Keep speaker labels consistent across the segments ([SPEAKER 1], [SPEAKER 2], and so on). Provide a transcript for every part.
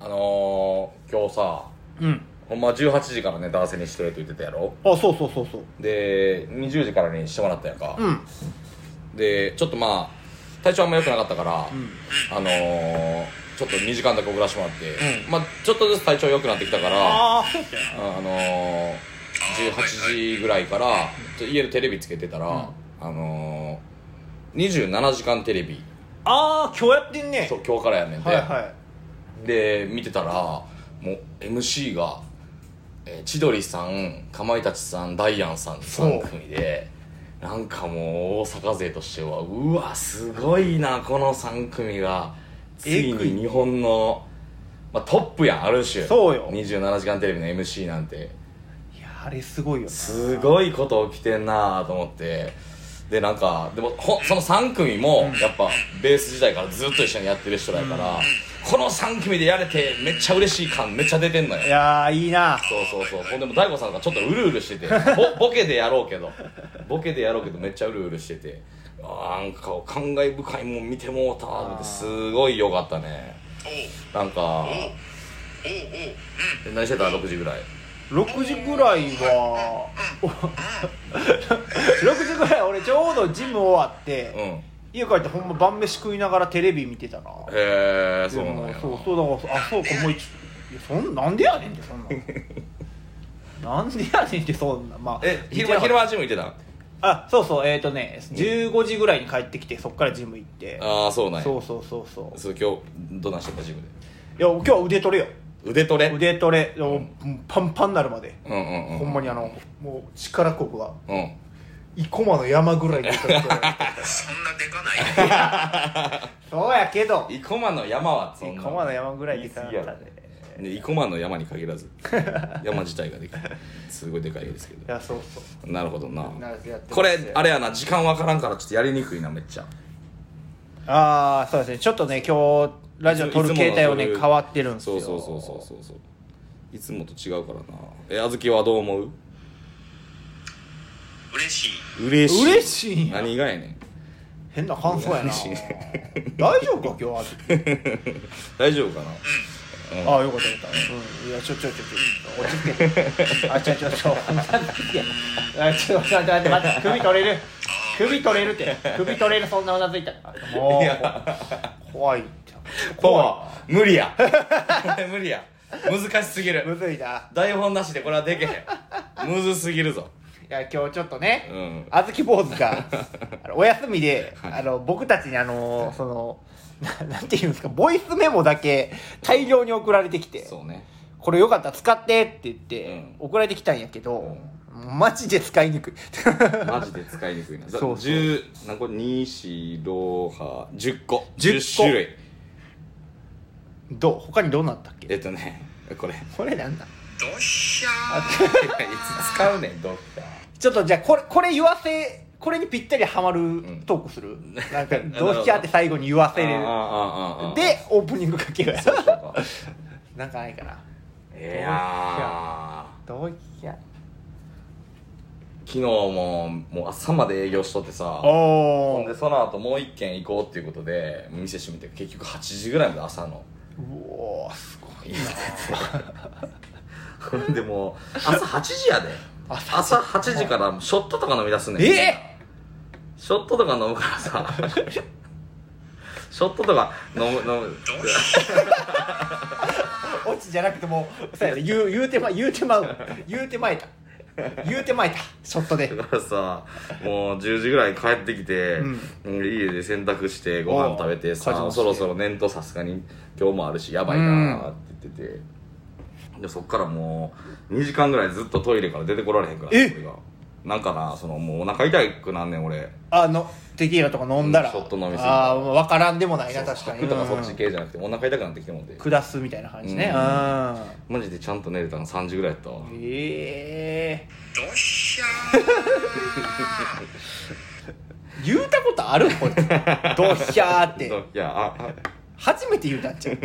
[SPEAKER 1] あのー、今日さ
[SPEAKER 2] うん
[SPEAKER 1] ほんま18時からネタ合わせにしてと言ってたやろ
[SPEAKER 2] あそうそうそうそう
[SPEAKER 1] で20時からにしてもらったやんか、
[SPEAKER 2] うん
[SPEAKER 1] でちょっとまあ体調あんま良くなかったから、あのー、ちょっと2時間だけ遅らせてもらって、
[SPEAKER 2] う
[SPEAKER 1] まあちょっとずつ体調良くなってきたから
[SPEAKER 2] ああそうや
[SPEAKER 1] ああのー、18時ぐらいからちょ家でテレビつけてたら、あのー、27時間テレビ
[SPEAKER 2] ああ今日やってんね
[SPEAKER 1] そう今日からやねんで、
[SPEAKER 2] はいはい
[SPEAKER 1] で見てたらもう MC が、えー千鳥さんかまいたちさんダイアンさん3組でなんかもう大阪勢としてはうわすごいなこの3組がつい
[SPEAKER 2] えぐい
[SPEAKER 1] に日本の、まあ、トップやんある種
[SPEAKER 2] そうよ
[SPEAKER 1] 27時間テレビの MC なんて
[SPEAKER 2] いやあれすごいよ
[SPEAKER 1] すごいこと起きてんなと思ってでなんかでもほその3組もやっぱベース時代からずっと一緒にやってる人だから、この3組でやれてめっちゃ嬉しい感めっちゃ出てんの
[SPEAKER 2] い
[SPEAKER 1] よ
[SPEAKER 2] やーいいな
[SPEAKER 1] そうそうそうほんでも大悟さんがちょっとうるうるしててぼボケでやろうけどボケでやろうけどめっちゃうるうるしててあーなんか感慨深いもん見てもうたーってすごい良かったねなんかえ何してた6時ぐらい
[SPEAKER 2] 6時ぐらいは お6時ぐらい俺ちょうどジム終わっ
[SPEAKER 1] うん
[SPEAKER 2] て
[SPEAKER 1] へ
[SPEAKER 2] 家帰ってほんま晩飯食いながらテレビ見てたな
[SPEAKER 1] えそう
[SPEAKER 2] で
[SPEAKER 1] なん
[SPEAKER 2] も
[SPEAKER 1] や
[SPEAKER 2] そうそうだからあそうかもう一いやそんなんでやねんってそんなんなんでやねんってそんなまあ
[SPEAKER 1] え
[SPEAKER 2] 見て
[SPEAKER 1] 昼間
[SPEAKER 2] なかった
[SPEAKER 1] 昼間ジム行ってた
[SPEAKER 2] あそうそうえっ、ー、とね15時ぐらいに帰ってきてそっからジム行って
[SPEAKER 1] ああそうなんや
[SPEAKER 2] そうそうそうそう
[SPEAKER 1] そう今日どんなんしてたジムで
[SPEAKER 2] いや今日は腕トレよ
[SPEAKER 1] 腕トレ
[SPEAKER 2] 腕トレもうパンパンになるまで、
[SPEAKER 1] うんうんうん
[SPEAKER 2] ほんまにあのもう力こくが
[SPEAKER 1] うん
[SPEAKER 2] 生駒の山ぐらいで
[SPEAKER 3] そんなでかないよ
[SPEAKER 2] そうやけど
[SPEAKER 1] 生駒の山はそん
[SPEAKER 2] 生
[SPEAKER 1] な
[SPEAKER 2] 駒の山ぐらいでかかった
[SPEAKER 1] 言い過
[SPEAKER 2] ね
[SPEAKER 1] ぎやろね生駒の山に限ら ず山自体がでかいすごいでかいですけ
[SPEAKER 2] い
[SPEAKER 1] ど
[SPEAKER 2] やそうそう
[SPEAKER 1] なるほどな
[SPEAKER 2] なやってます
[SPEAKER 1] これあれやな時間わからんからちょっとやりにくいなめっちゃ
[SPEAKER 2] ああそうですねちょっとね今日ラジオ撮る携帯をね
[SPEAKER 1] いつもの撮る
[SPEAKER 2] 変わってるんです
[SPEAKER 1] そ
[SPEAKER 2] よ
[SPEAKER 1] うそうそうそうそうそういつもと違うからなえあずきはどう思う
[SPEAKER 3] 嬉しい
[SPEAKER 1] 嬉しい
[SPEAKER 2] 嬉しいんや
[SPEAKER 1] 何がやねん
[SPEAKER 2] 変な感想やな
[SPEAKER 1] 嬉しい
[SPEAKER 2] 大丈夫か今日は
[SPEAKER 1] 大丈夫かな
[SPEAKER 2] ああよかったよかった、うん、いやちょちょちょちょ落ち着けてあちょちょちょあちょちょ待って待って首取れる首取れるって首取れるそんなうなずいたらも
[SPEAKER 1] いう
[SPEAKER 2] 怖いって
[SPEAKER 1] パワー無理や 無理や難しすぎ
[SPEAKER 2] む
[SPEAKER 1] る
[SPEAKER 2] ずいな
[SPEAKER 1] 台本なしでこれはでけへんむずすぎるぞ
[SPEAKER 2] いや今日ちょっとね、
[SPEAKER 1] うん
[SPEAKER 2] あずき坊主があのお休みで、あの僕たちにあのそのななんていうんですかボイスメモだけ大量に送られてきて
[SPEAKER 1] そうね
[SPEAKER 2] これよかったら使ってって言って、
[SPEAKER 1] う
[SPEAKER 2] 送られてきたんやけど、マジで使いにくい
[SPEAKER 1] マジで使いにくいな
[SPEAKER 2] そうそう
[SPEAKER 1] 10何個2410個
[SPEAKER 2] 10
[SPEAKER 1] 10種類
[SPEAKER 2] どう他にどうなったっ
[SPEAKER 1] え
[SPEAKER 2] け
[SPEAKER 1] っとねこれい
[SPEAKER 2] これなんだ
[SPEAKER 3] どっしゃ
[SPEAKER 1] やいつ使うねんどっか
[SPEAKER 2] ちょっとじゃあこれこれ言わせこれにぴったりはまる
[SPEAKER 1] ん
[SPEAKER 2] トーク する、なんか
[SPEAKER 1] なるほ
[SPEAKER 2] ど
[SPEAKER 1] ど
[SPEAKER 2] うしちゃって最後に言わせる
[SPEAKER 1] あああああ
[SPEAKER 2] でオープニングかける
[SPEAKER 1] そうしようか
[SPEAKER 2] なんかないかない
[SPEAKER 1] やー
[SPEAKER 2] どうしちゃ
[SPEAKER 1] 昨日ももう朝まで営業しとってさ
[SPEAKER 2] お
[SPEAKER 1] ほんでその後もう一軒行こうっていうことで店閉めて結局8時ぐらいまで朝の
[SPEAKER 2] うおーすごい
[SPEAKER 1] ほ んでもう朝8時やで
[SPEAKER 2] 朝
[SPEAKER 1] 朝8時からショットとか飲み出すねん
[SPEAKER 2] え
[SPEAKER 1] ショットとか飲むから さショットとか飲む飲む
[SPEAKER 3] どっし
[SPEAKER 2] ー、オチじゃなくてもうそうやね言う言うてま言う てまう言うてまいた言うてまいたショットで
[SPEAKER 1] だからさもう10時ぐらいに帰ってきて、家で洗濯してご飯食べて
[SPEAKER 2] おう家事
[SPEAKER 1] さ
[SPEAKER 2] もして
[SPEAKER 1] そろそろ念とさすがに今日もあるしやばいなーって言ってて、でそっからもう2時間ぐらいずっとトイレから出てこられへんから
[SPEAKER 2] え
[SPEAKER 1] 俺がなんかなそのもうお腹痛くなんねん俺
[SPEAKER 2] あのテキーラとか飲んだら、
[SPEAKER 1] うんショット飲みすぎた
[SPEAKER 2] ああ分からんでもないな確かに
[SPEAKER 1] 吐くとかそっち系じゃなくてお腹痛くなってきてもんで
[SPEAKER 2] 下すみたいな感じね
[SPEAKER 1] うん
[SPEAKER 2] うん
[SPEAKER 1] マジでちゃんと寝れたの3時ぐらいやったわ
[SPEAKER 2] ええ
[SPEAKER 3] ゃどっしゃ
[SPEAKER 2] 言うたことあるこいつドッヒャーって
[SPEAKER 1] いやああ
[SPEAKER 2] 初めて言うたっちゃう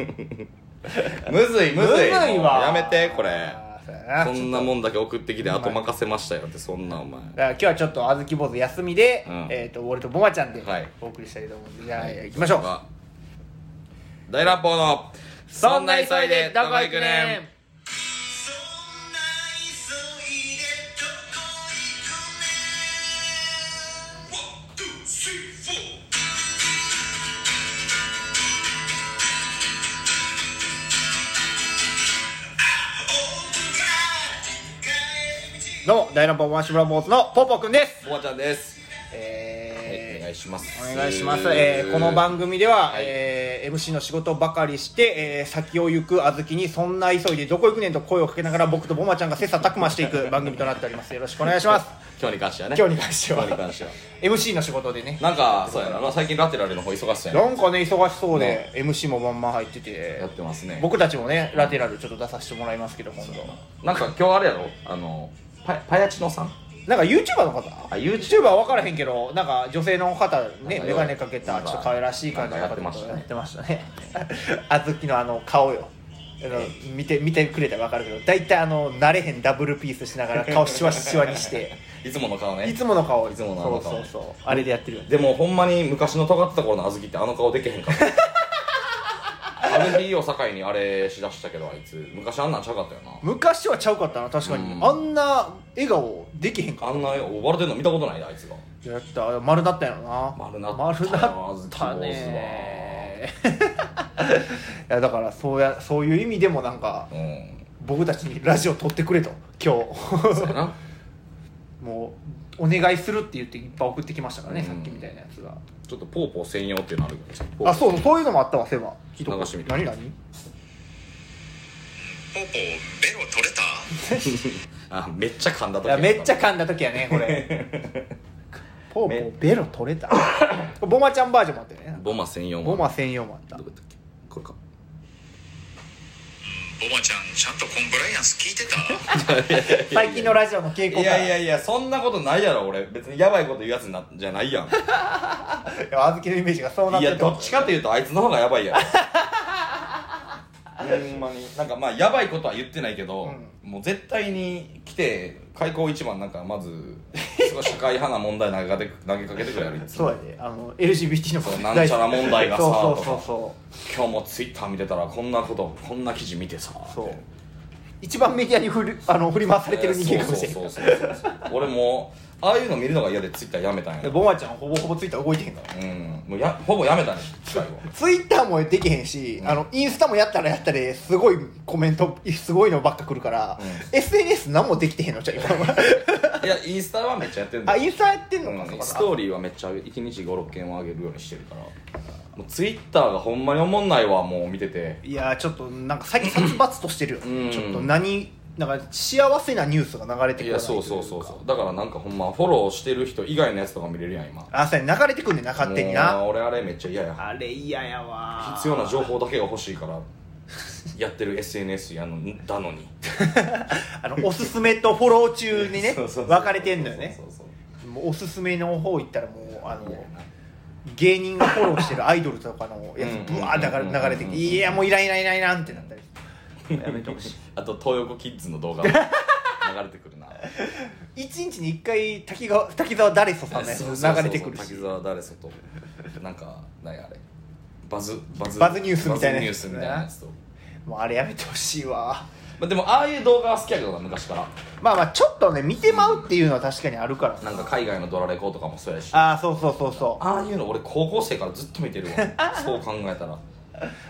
[SPEAKER 1] むずいむずい
[SPEAKER 2] わ
[SPEAKER 1] やめてこれ
[SPEAKER 2] あーそうやな
[SPEAKER 1] こんなもんだけ送ってきてあと任せましたよってそんなお前
[SPEAKER 2] だから今日はちょっとあずき坊主休みで、
[SPEAKER 1] うん
[SPEAKER 2] えっ、と俺とボマちゃんで
[SPEAKER 1] はい
[SPEAKER 2] お送りしたいと思うんで、じゃあ、行きましょう、
[SPEAKER 1] 大乱暴のそんな急いでどこ行くねん
[SPEAKER 3] そんな急いでどこ行くねんワンツースリーフォー
[SPEAKER 2] どうも大乱暴ワンシブラ坊主のポポくんです
[SPEAKER 1] ボアちゃんです、はいお願
[SPEAKER 2] え
[SPEAKER 1] いします
[SPEAKER 2] ーお願いします、えーこの番組では、
[SPEAKER 1] はい
[SPEAKER 2] えー MC の仕事ばかりして、えー先を行くあずきにそんな急いでどこ行くねんと声をかけながら僕とボマちゃんが切磋琢磨していく番組となっておりますよろしくお願いします
[SPEAKER 1] 今日に関してはね
[SPEAKER 2] 今日に関しては
[SPEAKER 1] 今日に関しては
[SPEAKER 2] MC の仕事でね
[SPEAKER 1] なんかそうやな最近ラテラルの方忙しそうやな
[SPEAKER 2] なんかね忙しそうで、MC もまんま入ってて
[SPEAKER 1] やってますね
[SPEAKER 2] 僕たちもねラテラルちょっと出させてもらいますけど今度
[SPEAKER 1] なんか今日あれやろあのパパヤチノさん
[SPEAKER 2] なんか YouTuber の方
[SPEAKER 1] あ YouTuber
[SPEAKER 2] 分からへんけどなんか女性の方
[SPEAKER 1] なん
[SPEAKER 2] ね
[SPEAKER 1] か
[SPEAKER 2] 眼鏡かけ
[SPEAKER 1] な
[SPEAKER 2] た
[SPEAKER 1] ん
[SPEAKER 2] ち
[SPEAKER 1] か
[SPEAKER 2] ょっと可愛らしい感じの
[SPEAKER 1] なんかや
[SPEAKER 2] 方
[SPEAKER 1] ってましたね
[SPEAKER 2] やってましたね あずきのあの顔よあの見て見てくれたら分かるけど大体あの慣れへんダブルピースしながら顔シワシワにして
[SPEAKER 1] いつもの顔ね
[SPEAKER 2] いつもの顔
[SPEAKER 1] いつものあの顔
[SPEAKER 2] そうそうそうあれでやってるよね
[SPEAKER 1] でもほんまに昔の尖ってた頃の小豆ってあの顔でけへんかったあれいいを境にあれしだしたけどあいつ昔あんなんちゃうかったよな
[SPEAKER 2] 昔はちゃうかったな確かに、
[SPEAKER 1] うん
[SPEAKER 2] あんな笑顔できへんか
[SPEAKER 1] あんな笑ってんの見たことないであいつが
[SPEAKER 2] やった丸なったんやろな
[SPEAKER 1] 丸なったよ
[SPEAKER 2] 丸な ったねいやだからそうやそういう意味でもなんか
[SPEAKER 1] うん
[SPEAKER 2] 僕たちにラジオ撮ってくれと今
[SPEAKER 1] そうや
[SPEAKER 2] 日
[SPEAKER 1] な
[SPEAKER 2] もうお願いするって言っていっぱい送ってきましたからね、
[SPEAKER 1] うん
[SPEAKER 2] さっきみたいなやつが
[SPEAKER 1] ちょっとポーポー専用っていうのあるけどさポーポー
[SPEAKER 2] あそうそういうのもあったわそういえば聞いとこう
[SPEAKER 1] 流してみて
[SPEAKER 2] 何何
[SPEAKER 3] ポポベロ取れた
[SPEAKER 1] あめっちゃ噛んだ
[SPEAKER 2] い
[SPEAKER 1] 時
[SPEAKER 2] やめっちゃ
[SPEAKER 1] 噛ん
[SPEAKER 2] 噛んだ時やねこれ ポー
[SPEAKER 1] め
[SPEAKER 2] ポーベロ取 れたボマちゃんバージョンもあったよね
[SPEAKER 1] ボマ専用も
[SPEAKER 2] ボマ専用もあった
[SPEAKER 1] どこやったっけこれか
[SPEAKER 3] ボマちゃんちゃんとコンプライアンス聞いてた
[SPEAKER 2] 最近のラジオの傾向
[SPEAKER 1] い
[SPEAKER 2] から
[SPEAKER 1] やいやいやそんなことないやろ俺別にやばいこと言うやつなじゃないやん
[SPEAKER 2] いや小豆のイメージがそうなっ
[SPEAKER 1] い
[SPEAKER 2] て
[SPEAKER 1] や
[SPEAKER 2] る
[SPEAKER 1] どっちかというとあいつの方がやばいやろほんまになんかまあやばいことは言ってないけど、もう絶対に来て開口一番なんかまずすごい社会派な問題投げかけて投げかけてくれやるいつも
[SPEAKER 2] そうやであの LGBT の
[SPEAKER 1] そう
[SPEAKER 2] 問題
[SPEAKER 1] なんちゃら問題がさ
[SPEAKER 2] そうそ
[SPEAKER 1] と
[SPEAKER 2] うそ
[SPEAKER 1] か
[SPEAKER 2] うそう
[SPEAKER 1] 今日もツイッター見てたらこんなことこんな記事見てさ
[SPEAKER 2] そう
[SPEAKER 1] って
[SPEAKER 2] 一番メディアに振りあの振り回されてる人間かもしれ
[SPEAKER 1] そ
[SPEAKER 2] な
[SPEAKER 1] うそうそうそうそう俺もああいうの見るのが嫌でツイッターやめたん
[SPEAKER 2] い
[SPEAKER 1] や
[SPEAKER 2] ボマちゃんほぼほぼツイッター動いてへんから
[SPEAKER 1] うんもうやほぼやめたんや最後
[SPEAKER 2] ツイッターもできへんし、
[SPEAKER 1] うん
[SPEAKER 2] あのインスタもやったらやったですごいコメントすごいのばっか来るから、
[SPEAKER 1] う
[SPEAKER 2] SNS 何もできてへんのじゃう今 は
[SPEAKER 1] いやインスタはめっちゃやってるんだ
[SPEAKER 2] あインスタやってんのか、そう
[SPEAKER 1] うん
[SPEAKER 2] か
[SPEAKER 1] ス
[SPEAKER 2] そうか
[SPEAKER 1] トーリーはめっちゃ1日56件は上げるようにしてるからもうツイッターがほんまにおもんないわもう見てて
[SPEAKER 2] いやーちょっとなんか最近殺伐としてるよね、
[SPEAKER 1] うん
[SPEAKER 2] ちょっと何なんか幸せなニュースが流れて
[SPEAKER 1] い
[SPEAKER 2] くる
[SPEAKER 1] やそうそうそうそうだからなんかほんまフォローしてる人以外のやつとか見れるやん今
[SPEAKER 2] あそうや流れてくんねんな勝手に
[SPEAKER 1] も
[SPEAKER 2] な
[SPEAKER 1] う俺あれめっちゃ嫌や
[SPEAKER 2] あれ嫌やわ
[SPEAKER 1] 必要な情報だけが欲しいからやってる SNS やのだのに
[SPEAKER 2] あのおすすめとフォロー中にね
[SPEAKER 1] そうそうそう
[SPEAKER 2] 分かれてんのよね
[SPEAKER 1] そうそうそう
[SPEAKER 2] もうおすすめの方行ったらもうあ
[SPEAKER 1] いや
[SPEAKER 2] の芸人がフォローしてるアイドルとかのや
[SPEAKER 1] う
[SPEAKER 2] つ
[SPEAKER 1] ん
[SPEAKER 2] ブワー流れ流れてきて「いやもういらんいらんいらんいらん」ってなったりやめてほしい
[SPEAKER 1] あと東横キッズの動画も流れてくるな
[SPEAKER 2] 一日に一回滝川滝沢ダレソさんのやつ
[SPEAKER 1] そうそうそう
[SPEAKER 2] 流れてくるし
[SPEAKER 1] 滝沢誰そとなんか何やあれバズバズ
[SPEAKER 2] バズニュースみたい
[SPEAKER 1] バズ
[SPEAKER 2] な
[SPEAKER 1] ニュ
[SPEAKER 2] や
[SPEAKER 1] ー
[SPEAKER 2] つ
[SPEAKER 1] スみたいなやつと、
[SPEAKER 2] もうあれやめてほしいわ
[SPEAKER 1] まあ、でもああいう動画は好きやけどな昔から
[SPEAKER 2] まあまあちょっとね見てまうっていうのは確かにあるから
[SPEAKER 1] なんか海外のドラレコとかもそうやしあ
[SPEAKER 2] ああそうそうそうそう
[SPEAKER 1] あいうの俺高校生からずっと見てるわそう考えたら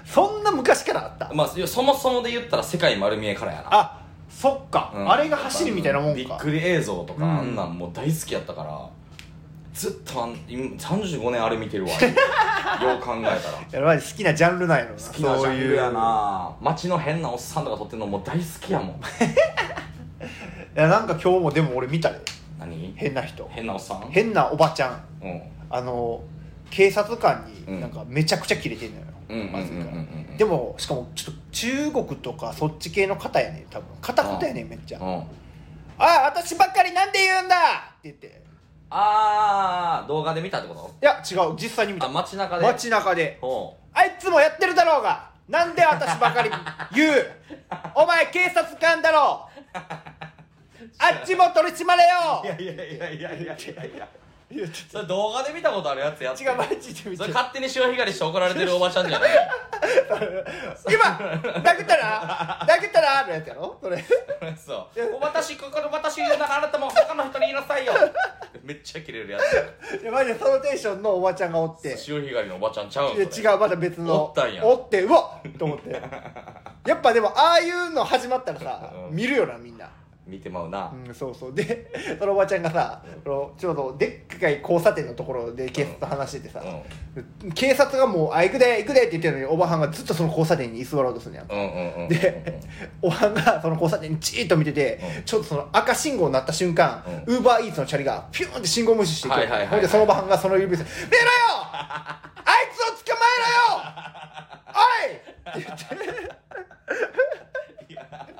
[SPEAKER 2] そんな昔からあった
[SPEAKER 1] まあいやそもそもで言ったら世界丸見えからやな
[SPEAKER 2] あそっか、
[SPEAKER 1] うん
[SPEAKER 2] あれが走るみたいなもん
[SPEAKER 1] びっ
[SPEAKER 2] か
[SPEAKER 1] くり映像とか、
[SPEAKER 2] うん
[SPEAKER 1] あんなんもう大好きやったからずっとあん今35年あれ見てるわよ う考えたら
[SPEAKER 2] やばい好きなジャンルなんやろな
[SPEAKER 1] 好きなジ
[SPEAKER 2] そう
[SPEAKER 1] ャン
[SPEAKER 2] いう
[SPEAKER 1] ルやな街の変なおっさんとか撮ってんのもう大好きやもん
[SPEAKER 2] いやなんか今日もでも俺見たで
[SPEAKER 1] 何
[SPEAKER 2] 変な人
[SPEAKER 1] 変なおっさん
[SPEAKER 2] 変なおばちゃん
[SPEAKER 1] うん
[SPEAKER 2] あの警察官
[SPEAKER 1] う
[SPEAKER 2] に
[SPEAKER 1] ん
[SPEAKER 2] なんかめちゃくちゃキレてんのよ、
[SPEAKER 1] うんうんうんうんうん
[SPEAKER 2] まずからでもしかもちょっと中国とかそっち系の方やね多分片方やねめっちゃ「
[SPEAKER 1] うん
[SPEAKER 2] ああ私ばっかりなんて言うんだ!」って言って
[SPEAKER 1] ああ動画で見たってこ
[SPEAKER 2] いや違う実際に見
[SPEAKER 1] とあ
[SPEAKER 2] た
[SPEAKER 1] 街中で
[SPEAKER 2] 街中で
[SPEAKER 1] ほ
[SPEAKER 2] あいつもやってるだろうがなんで私ばかり 言うお前警察官だろあっちも取り締まれ
[SPEAKER 1] ういや
[SPEAKER 2] よ
[SPEAKER 1] いやいやいやいやいやいや
[SPEAKER 2] 言うて
[SPEAKER 1] それ動画で見たことあるやつやって
[SPEAKER 2] 違うマジで見
[SPEAKER 1] そ
[SPEAKER 2] て
[SPEAKER 1] れ
[SPEAKER 2] る
[SPEAKER 1] 勝手に潮干狩りして怒られてるおばちゃんじゃない
[SPEAKER 2] 今殴ったら殴ったらのやつやろそれ
[SPEAKER 1] そう私ここの私の中あなたも他の人に言いなさいよめっちゃキレるやつ
[SPEAKER 2] いやマジでそのテンションのおばちゃんがおって
[SPEAKER 1] 潮干狩りのおばちゃんちゃうん
[SPEAKER 2] いや
[SPEAKER 1] それ
[SPEAKER 2] 違うまだ別の
[SPEAKER 1] おったんや
[SPEAKER 2] おってうわっと思ってやっぱでもああいうの始まったらさ、
[SPEAKER 1] うん
[SPEAKER 2] 見るよなみんな
[SPEAKER 1] 見てまうな、
[SPEAKER 2] うんそうそうでそのおばちゃんがさ、そのちょうどでっかい交差点のところで警察と話しててさ、警察がもう「あ行くで行くで」って言ってるのにおばはんがずっとその交差点に居座ろうとするんやん
[SPEAKER 1] うん、うんうんうんうん
[SPEAKER 2] で、おはんがその交差点にじーっと見てて、
[SPEAKER 1] うん
[SPEAKER 2] ちょっとその赤信号になった瞬間、ウーバーイーツのチャリがピューンって信号無視してきて、
[SPEAKER 1] はいはいはいはい
[SPEAKER 2] ほんでそのおばはんがその指で「出ろよあいつを捕まえろよおい!」って言って。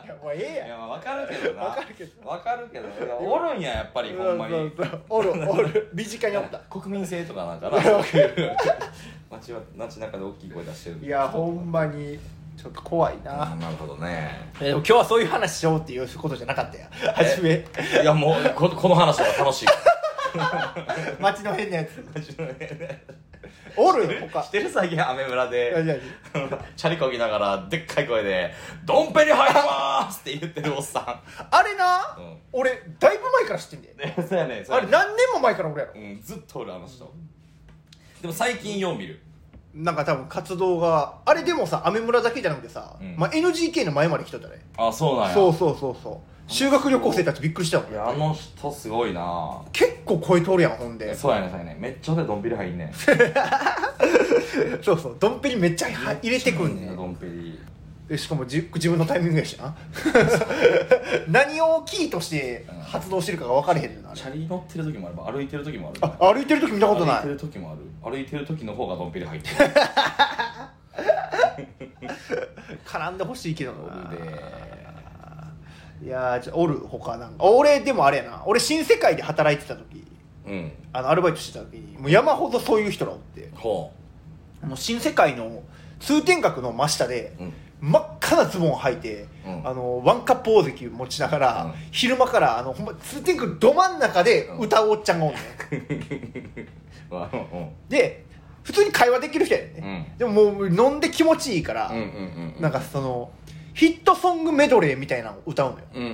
[SPEAKER 2] いやもうええ
[SPEAKER 1] い
[SPEAKER 2] やん
[SPEAKER 1] やまあわかるけどな
[SPEAKER 2] わかるけど
[SPEAKER 1] わかるけどいやおるんややっぱりほんまに
[SPEAKER 2] そうそうおるおる身近におった
[SPEAKER 1] 国民性とかなん かなそういう街は街中で大きい声出してる
[SPEAKER 2] いやほんまにちょっと怖いな、
[SPEAKER 1] あなるほどね
[SPEAKER 2] えでも今日はそういう話しようっていうことじゃなかったやん初め
[SPEAKER 1] いやもうここの話は楽 しい
[SPEAKER 2] 街の変なやつおる他
[SPEAKER 1] してる最近雨村
[SPEAKER 2] 何
[SPEAKER 1] で
[SPEAKER 2] 々
[SPEAKER 1] チャリこぎながらでっかい声で「ドンペリ入りまーす!」って言ってるおっさ
[SPEAKER 2] あれな、
[SPEAKER 1] うん
[SPEAKER 2] 俺だいぶ前から知ってんだ
[SPEAKER 1] ん
[SPEAKER 2] よ
[SPEAKER 1] ねそうやね
[SPEAKER 2] あれ何年も前から俺やろ
[SPEAKER 1] うんずっとおるあの人でも最近よう見る
[SPEAKER 2] なんか多分活動があれでもさアメ村だけじゃなくてさ、
[SPEAKER 1] うん
[SPEAKER 2] まあ、NGK の前まで来とったね
[SPEAKER 1] あそうなんや
[SPEAKER 2] そうそうそうそう修学旅行生たちびっくりしたもん
[SPEAKER 1] いやあの人すごいな
[SPEAKER 2] 結構声通るやんほんで
[SPEAKER 1] そうやねそうやねめっちゃでドンペリ入んねん
[SPEAKER 2] そうそうドンペリめっちゃは入れてくんね
[SPEAKER 1] ドンペリ
[SPEAKER 2] でしかもじ自分のタイミングやし な何をキーとして発動してるかが分かれへんのよなあれ
[SPEAKER 1] チャリ乗ってる時もあれば歩いてる時もある
[SPEAKER 2] あ歩いてる時見たことな
[SPEAKER 1] 歩いて
[SPEAKER 2] い
[SPEAKER 1] る時もある歩いてる時の方がドンペリ入ってる
[SPEAKER 2] 絡んでほしいけどな
[SPEAKER 1] で
[SPEAKER 2] いやーちょおる他なんか俺でもあれやな俺新世界で働いてた時
[SPEAKER 1] うん
[SPEAKER 2] あのアルバイトしてた時にもう山ほどそういう人らおって
[SPEAKER 1] ほ
[SPEAKER 2] もう新世界の通天閣の真下で、
[SPEAKER 1] うん
[SPEAKER 2] 真っ赤なズボン履いて、
[SPEAKER 1] うん
[SPEAKER 2] あのワンカップ大関持ちながら、
[SPEAKER 1] うん
[SPEAKER 2] 昼間からあのほんま通天閣ど真ん中で歌うおっちゃんがおんね、ん、
[SPEAKER 1] うあうん
[SPEAKER 2] で普通に会話できる人やね、
[SPEAKER 1] うん
[SPEAKER 2] でももう飲んで気持ちいいから、
[SPEAKER 1] うんうんうんうん
[SPEAKER 2] なんかそのヒットソングメドレーみたいなのを歌うのよ
[SPEAKER 1] うんうん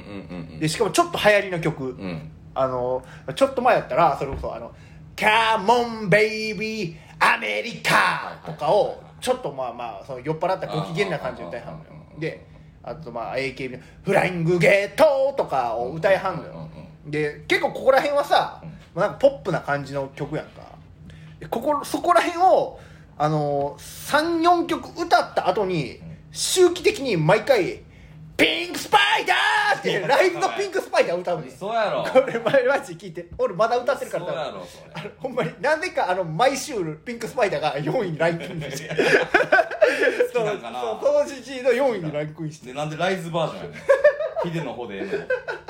[SPEAKER 1] うん
[SPEAKER 2] でしかもちょっと流行りの曲、
[SPEAKER 1] うんうん
[SPEAKER 2] あの、ちょっと前やったら、それこそ、あの、カモンベイビーアメリカとかを、ちょっとまあまあ、その酔っ払ったご機嫌な感じで歌いはんの
[SPEAKER 1] あーあーあーあ
[SPEAKER 2] よ。
[SPEAKER 1] ー
[SPEAKER 2] で、あとまあ AKB のフライングゲートとかを歌いはんの
[SPEAKER 1] うんうん
[SPEAKER 2] よ
[SPEAKER 1] うんうん。
[SPEAKER 2] で、結構ここら辺はさ、まあなんかポップな感じの曲やんか。でここ、そこら辺を、あの3、4曲歌った後に、周期的に毎回、ピンクスパイダーって、ライブのピンクスパイダー歌うのよ。
[SPEAKER 1] そうやろ
[SPEAKER 2] これ前マジで聞いて俺まだ歌ってるから
[SPEAKER 1] そうや
[SPEAKER 2] 多分
[SPEAKER 1] ろそれ
[SPEAKER 2] あのほんまに何でかあの毎週ピンクスパイダーが4位にランクインして
[SPEAKER 1] 好きなんかな
[SPEAKER 2] そうそう当時の4位にランクインして
[SPEAKER 1] でなんでライズバージョンやねんヒデの方でええのな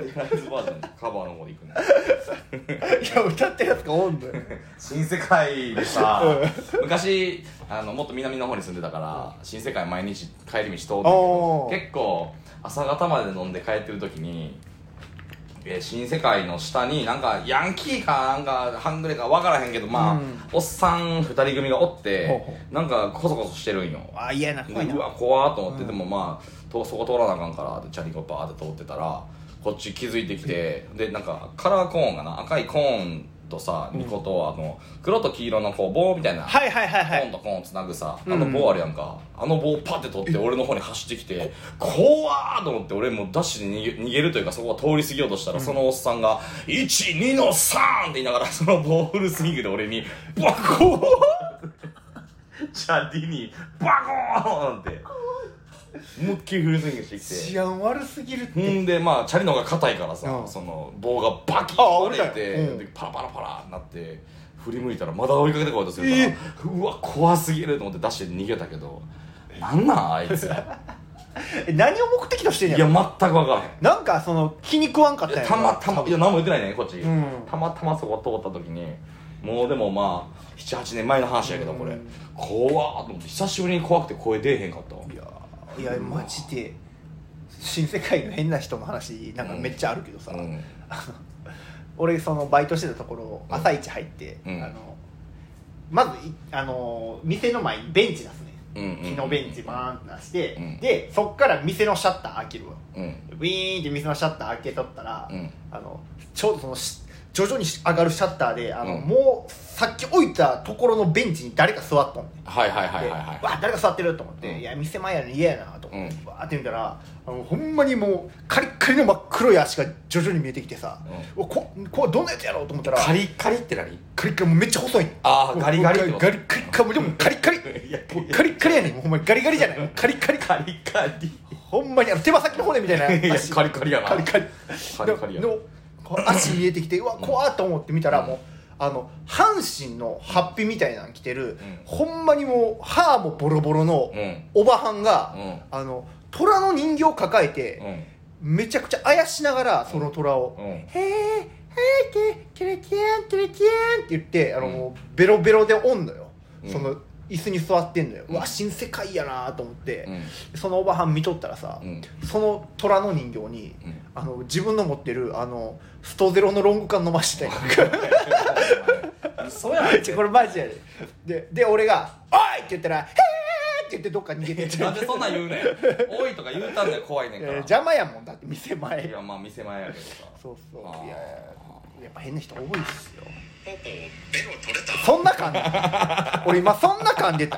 [SPEAKER 1] んでライズバージョンカバーの方でいくの
[SPEAKER 2] いや歌ってるやつがおんのよ
[SPEAKER 1] 新世界でさ昔あのもっと南の方に住んでたから新世界毎日帰り道通ってんけど
[SPEAKER 2] おー
[SPEAKER 1] 結構朝方まで飲んで帰ってる時にえー新世界の下になんかヤンキーかなんか半グレか分からへんけどまあ、
[SPEAKER 2] うん
[SPEAKER 1] おっさん2人組がおって
[SPEAKER 2] ほうほ
[SPEAKER 1] なんかコソコソしてるんよ
[SPEAKER 2] あ嫌な
[SPEAKER 1] で
[SPEAKER 2] 怖いう
[SPEAKER 1] わ
[SPEAKER 2] な
[SPEAKER 1] 怖っと思って、でもまあとそこ通らなあかんからってチャリコバーって通ってたらこっち気づいてきてでなんかカラーコーンがな赤いコーンとさ2個と、あの黒と黄色のこう棒みたいな、
[SPEAKER 2] はいはいはい
[SPEAKER 1] コ
[SPEAKER 2] は
[SPEAKER 1] ーン
[SPEAKER 2] い
[SPEAKER 1] とコーンつなぐさあの棒あるやんか、あの棒パッて取って俺の方に走ってきて怖ーと思って俺もうダッシュで逃げ逃げるというかそこは通り過ぎようとしたら、そのおっさんが「12の3!」って言いながらその棒をフルスイングで俺に「バコーン!」チャディに「バコーン!」って思いっきりフルスイングしてきて
[SPEAKER 2] 治安悪すぎるっ
[SPEAKER 1] ほ
[SPEAKER 2] て
[SPEAKER 1] んでまあチャリの方が硬いからさ、
[SPEAKER 2] うん
[SPEAKER 1] その棒がバキッ
[SPEAKER 2] あ
[SPEAKER 1] と折
[SPEAKER 2] 折れ
[SPEAKER 1] れ
[SPEAKER 2] たよ
[SPEAKER 1] て、
[SPEAKER 2] うん
[SPEAKER 1] でパラパラパラってなって振り向いたらまだ追いかけてこようとするから、
[SPEAKER 2] え
[SPEAKER 1] うわ怖すぎると思って出して逃げたけどなんなんあい ついや
[SPEAKER 2] え何を目的としてん
[SPEAKER 1] 全
[SPEAKER 2] や
[SPEAKER 1] く
[SPEAKER 2] ろ
[SPEAKER 1] 分からへん
[SPEAKER 2] なんかその気に食わんかったんやろ
[SPEAKER 1] たまたまいや何も言ってないねこっち、
[SPEAKER 2] うん
[SPEAKER 1] たまたまそこ通った時にもうでもまあ78年前の話やけどこれ、
[SPEAKER 2] うん
[SPEAKER 1] 怖っと思って久しぶりに怖くて声出えへんかったわ
[SPEAKER 2] いやーいやマジで新世界の変な人の話なんかめっちゃあるけどさ、
[SPEAKER 1] うん、
[SPEAKER 2] 俺そのバイトしてたところ朝一入って、
[SPEAKER 1] うん
[SPEAKER 2] あのまずいあの店の前にベンチ出すね
[SPEAKER 1] うんうんうん
[SPEAKER 2] 木のベンチバーンって出して、
[SPEAKER 1] うん
[SPEAKER 2] でそっから店のシャッター開けるわ
[SPEAKER 1] うん
[SPEAKER 2] ウィーンって店のシャッター開けとったら、
[SPEAKER 1] うん
[SPEAKER 2] あのちょうどそのし徐々に上がるシャッターであの、
[SPEAKER 1] うん
[SPEAKER 2] もうさっき置いたところのベンチに誰か座ったのね
[SPEAKER 1] はいはいはい
[SPEAKER 2] で
[SPEAKER 1] はい
[SPEAKER 2] わ
[SPEAKER 1] は
[SPEAKER 2] あ誰か座ってると思って、
[SPEAKER 1] うん
[SPEAKER 2] いや店前やのに嫌やなと思って、
[SPEAKER 1] うん
[SPEAKER 2] わーって見たらあのほんまにもうカリッカリの真っ黒い足が徐々に見えてきてさ、うわここどんなやつやろうと思ったら
[SPEAKER 1] いカリッカリって何
[SPEAKER 2] カリッカリもうめっちゃ細い
[SPEAKER 1] あー
[SPEAKER 2] もう
[SPEAKER 1] ガリガリってこと
[SPEAKER 2] ガリガリかもうでもカリッカリ
[SPEAKER 1] いや
[SPEAKER 2] もうカリッカリやねんもうほんまにガリガリじゃないもうカリッカリ
[SPEAKER 1] カリカリ
[SPEAKER 2] ほんまにあの手羽先の骨みたいな足
[SPEAKER 1] いやカリカリやな
[SPEAKER 2] カリカリ
[SPEAKER 1] カリカリや
[SPEAKER 2] でもこう足見えてきてうわ怖っと思って見たらもうあの阪神のハッピーみたいなの着てる、ほんまにもう歯もボロボロの
[SPEAKER 1] うん
[SPEAKER 2] おばはんが、
[SPEAKER 1] うん
[SPEAKER 2] あの虎の人形抱えて、
[SPEAKER 1] うん
[SPEAKER 2] めちゃくちゃあやしながらその虎を「
[SPEAKER 1] うん
[SPEAKER 2] へえへえけけれけんけれけん」って言ってあの、
[SPEAKER 1] うん
[SPEAKER 2] もうベロベロでおんのよ、
[SPEAKER 1] うん
[SPEAKER 2] その椅子に座ってんのよ、
[SPEAKER 1] う
[SPEAKER 2] うんわ新世界やなと思って、
[SPEAKER 1] うん
[SPEAKER 2] そのおばはん見とったらさ、
[SPEAKER 1] うん
[SPEAKER 2] その虎の人形に、
[SPEAKER 1] うん
[SPEAKER 2] あの自分の持ってるあのストゼロのロング缶飲ま してたよ
[SPEAKER 1] 嘘やん
[SPEAKER 2] ち ょこれマジやででで俺が「おい!」って言ったら「へえ!」って言ってどっか逃げてっちゃ
[SPEAKER 1] な
[SPEAKER 2] うん
[SPEAKER 1] でそんなん言うねん多いとか言うたんだよ怖いねん
[SPEAKER 2] い
[SPEAKER 1] か
[SPEAKER 2] や
[SPEAKER 1] ら
[SPEAKER 2] 邪魔やもんだって店前
[SPEAKER 1] いやまあ店前やけどさ
[SPEAKER 2] そうそう
[SPEAKER 1] あー
[SPEAKER 2] いややっぱ変な人多いっすよ
[SPEAKER 3] ポポベロ取れた
[SPEAKER 2] そん な感じ俺今そんな感出た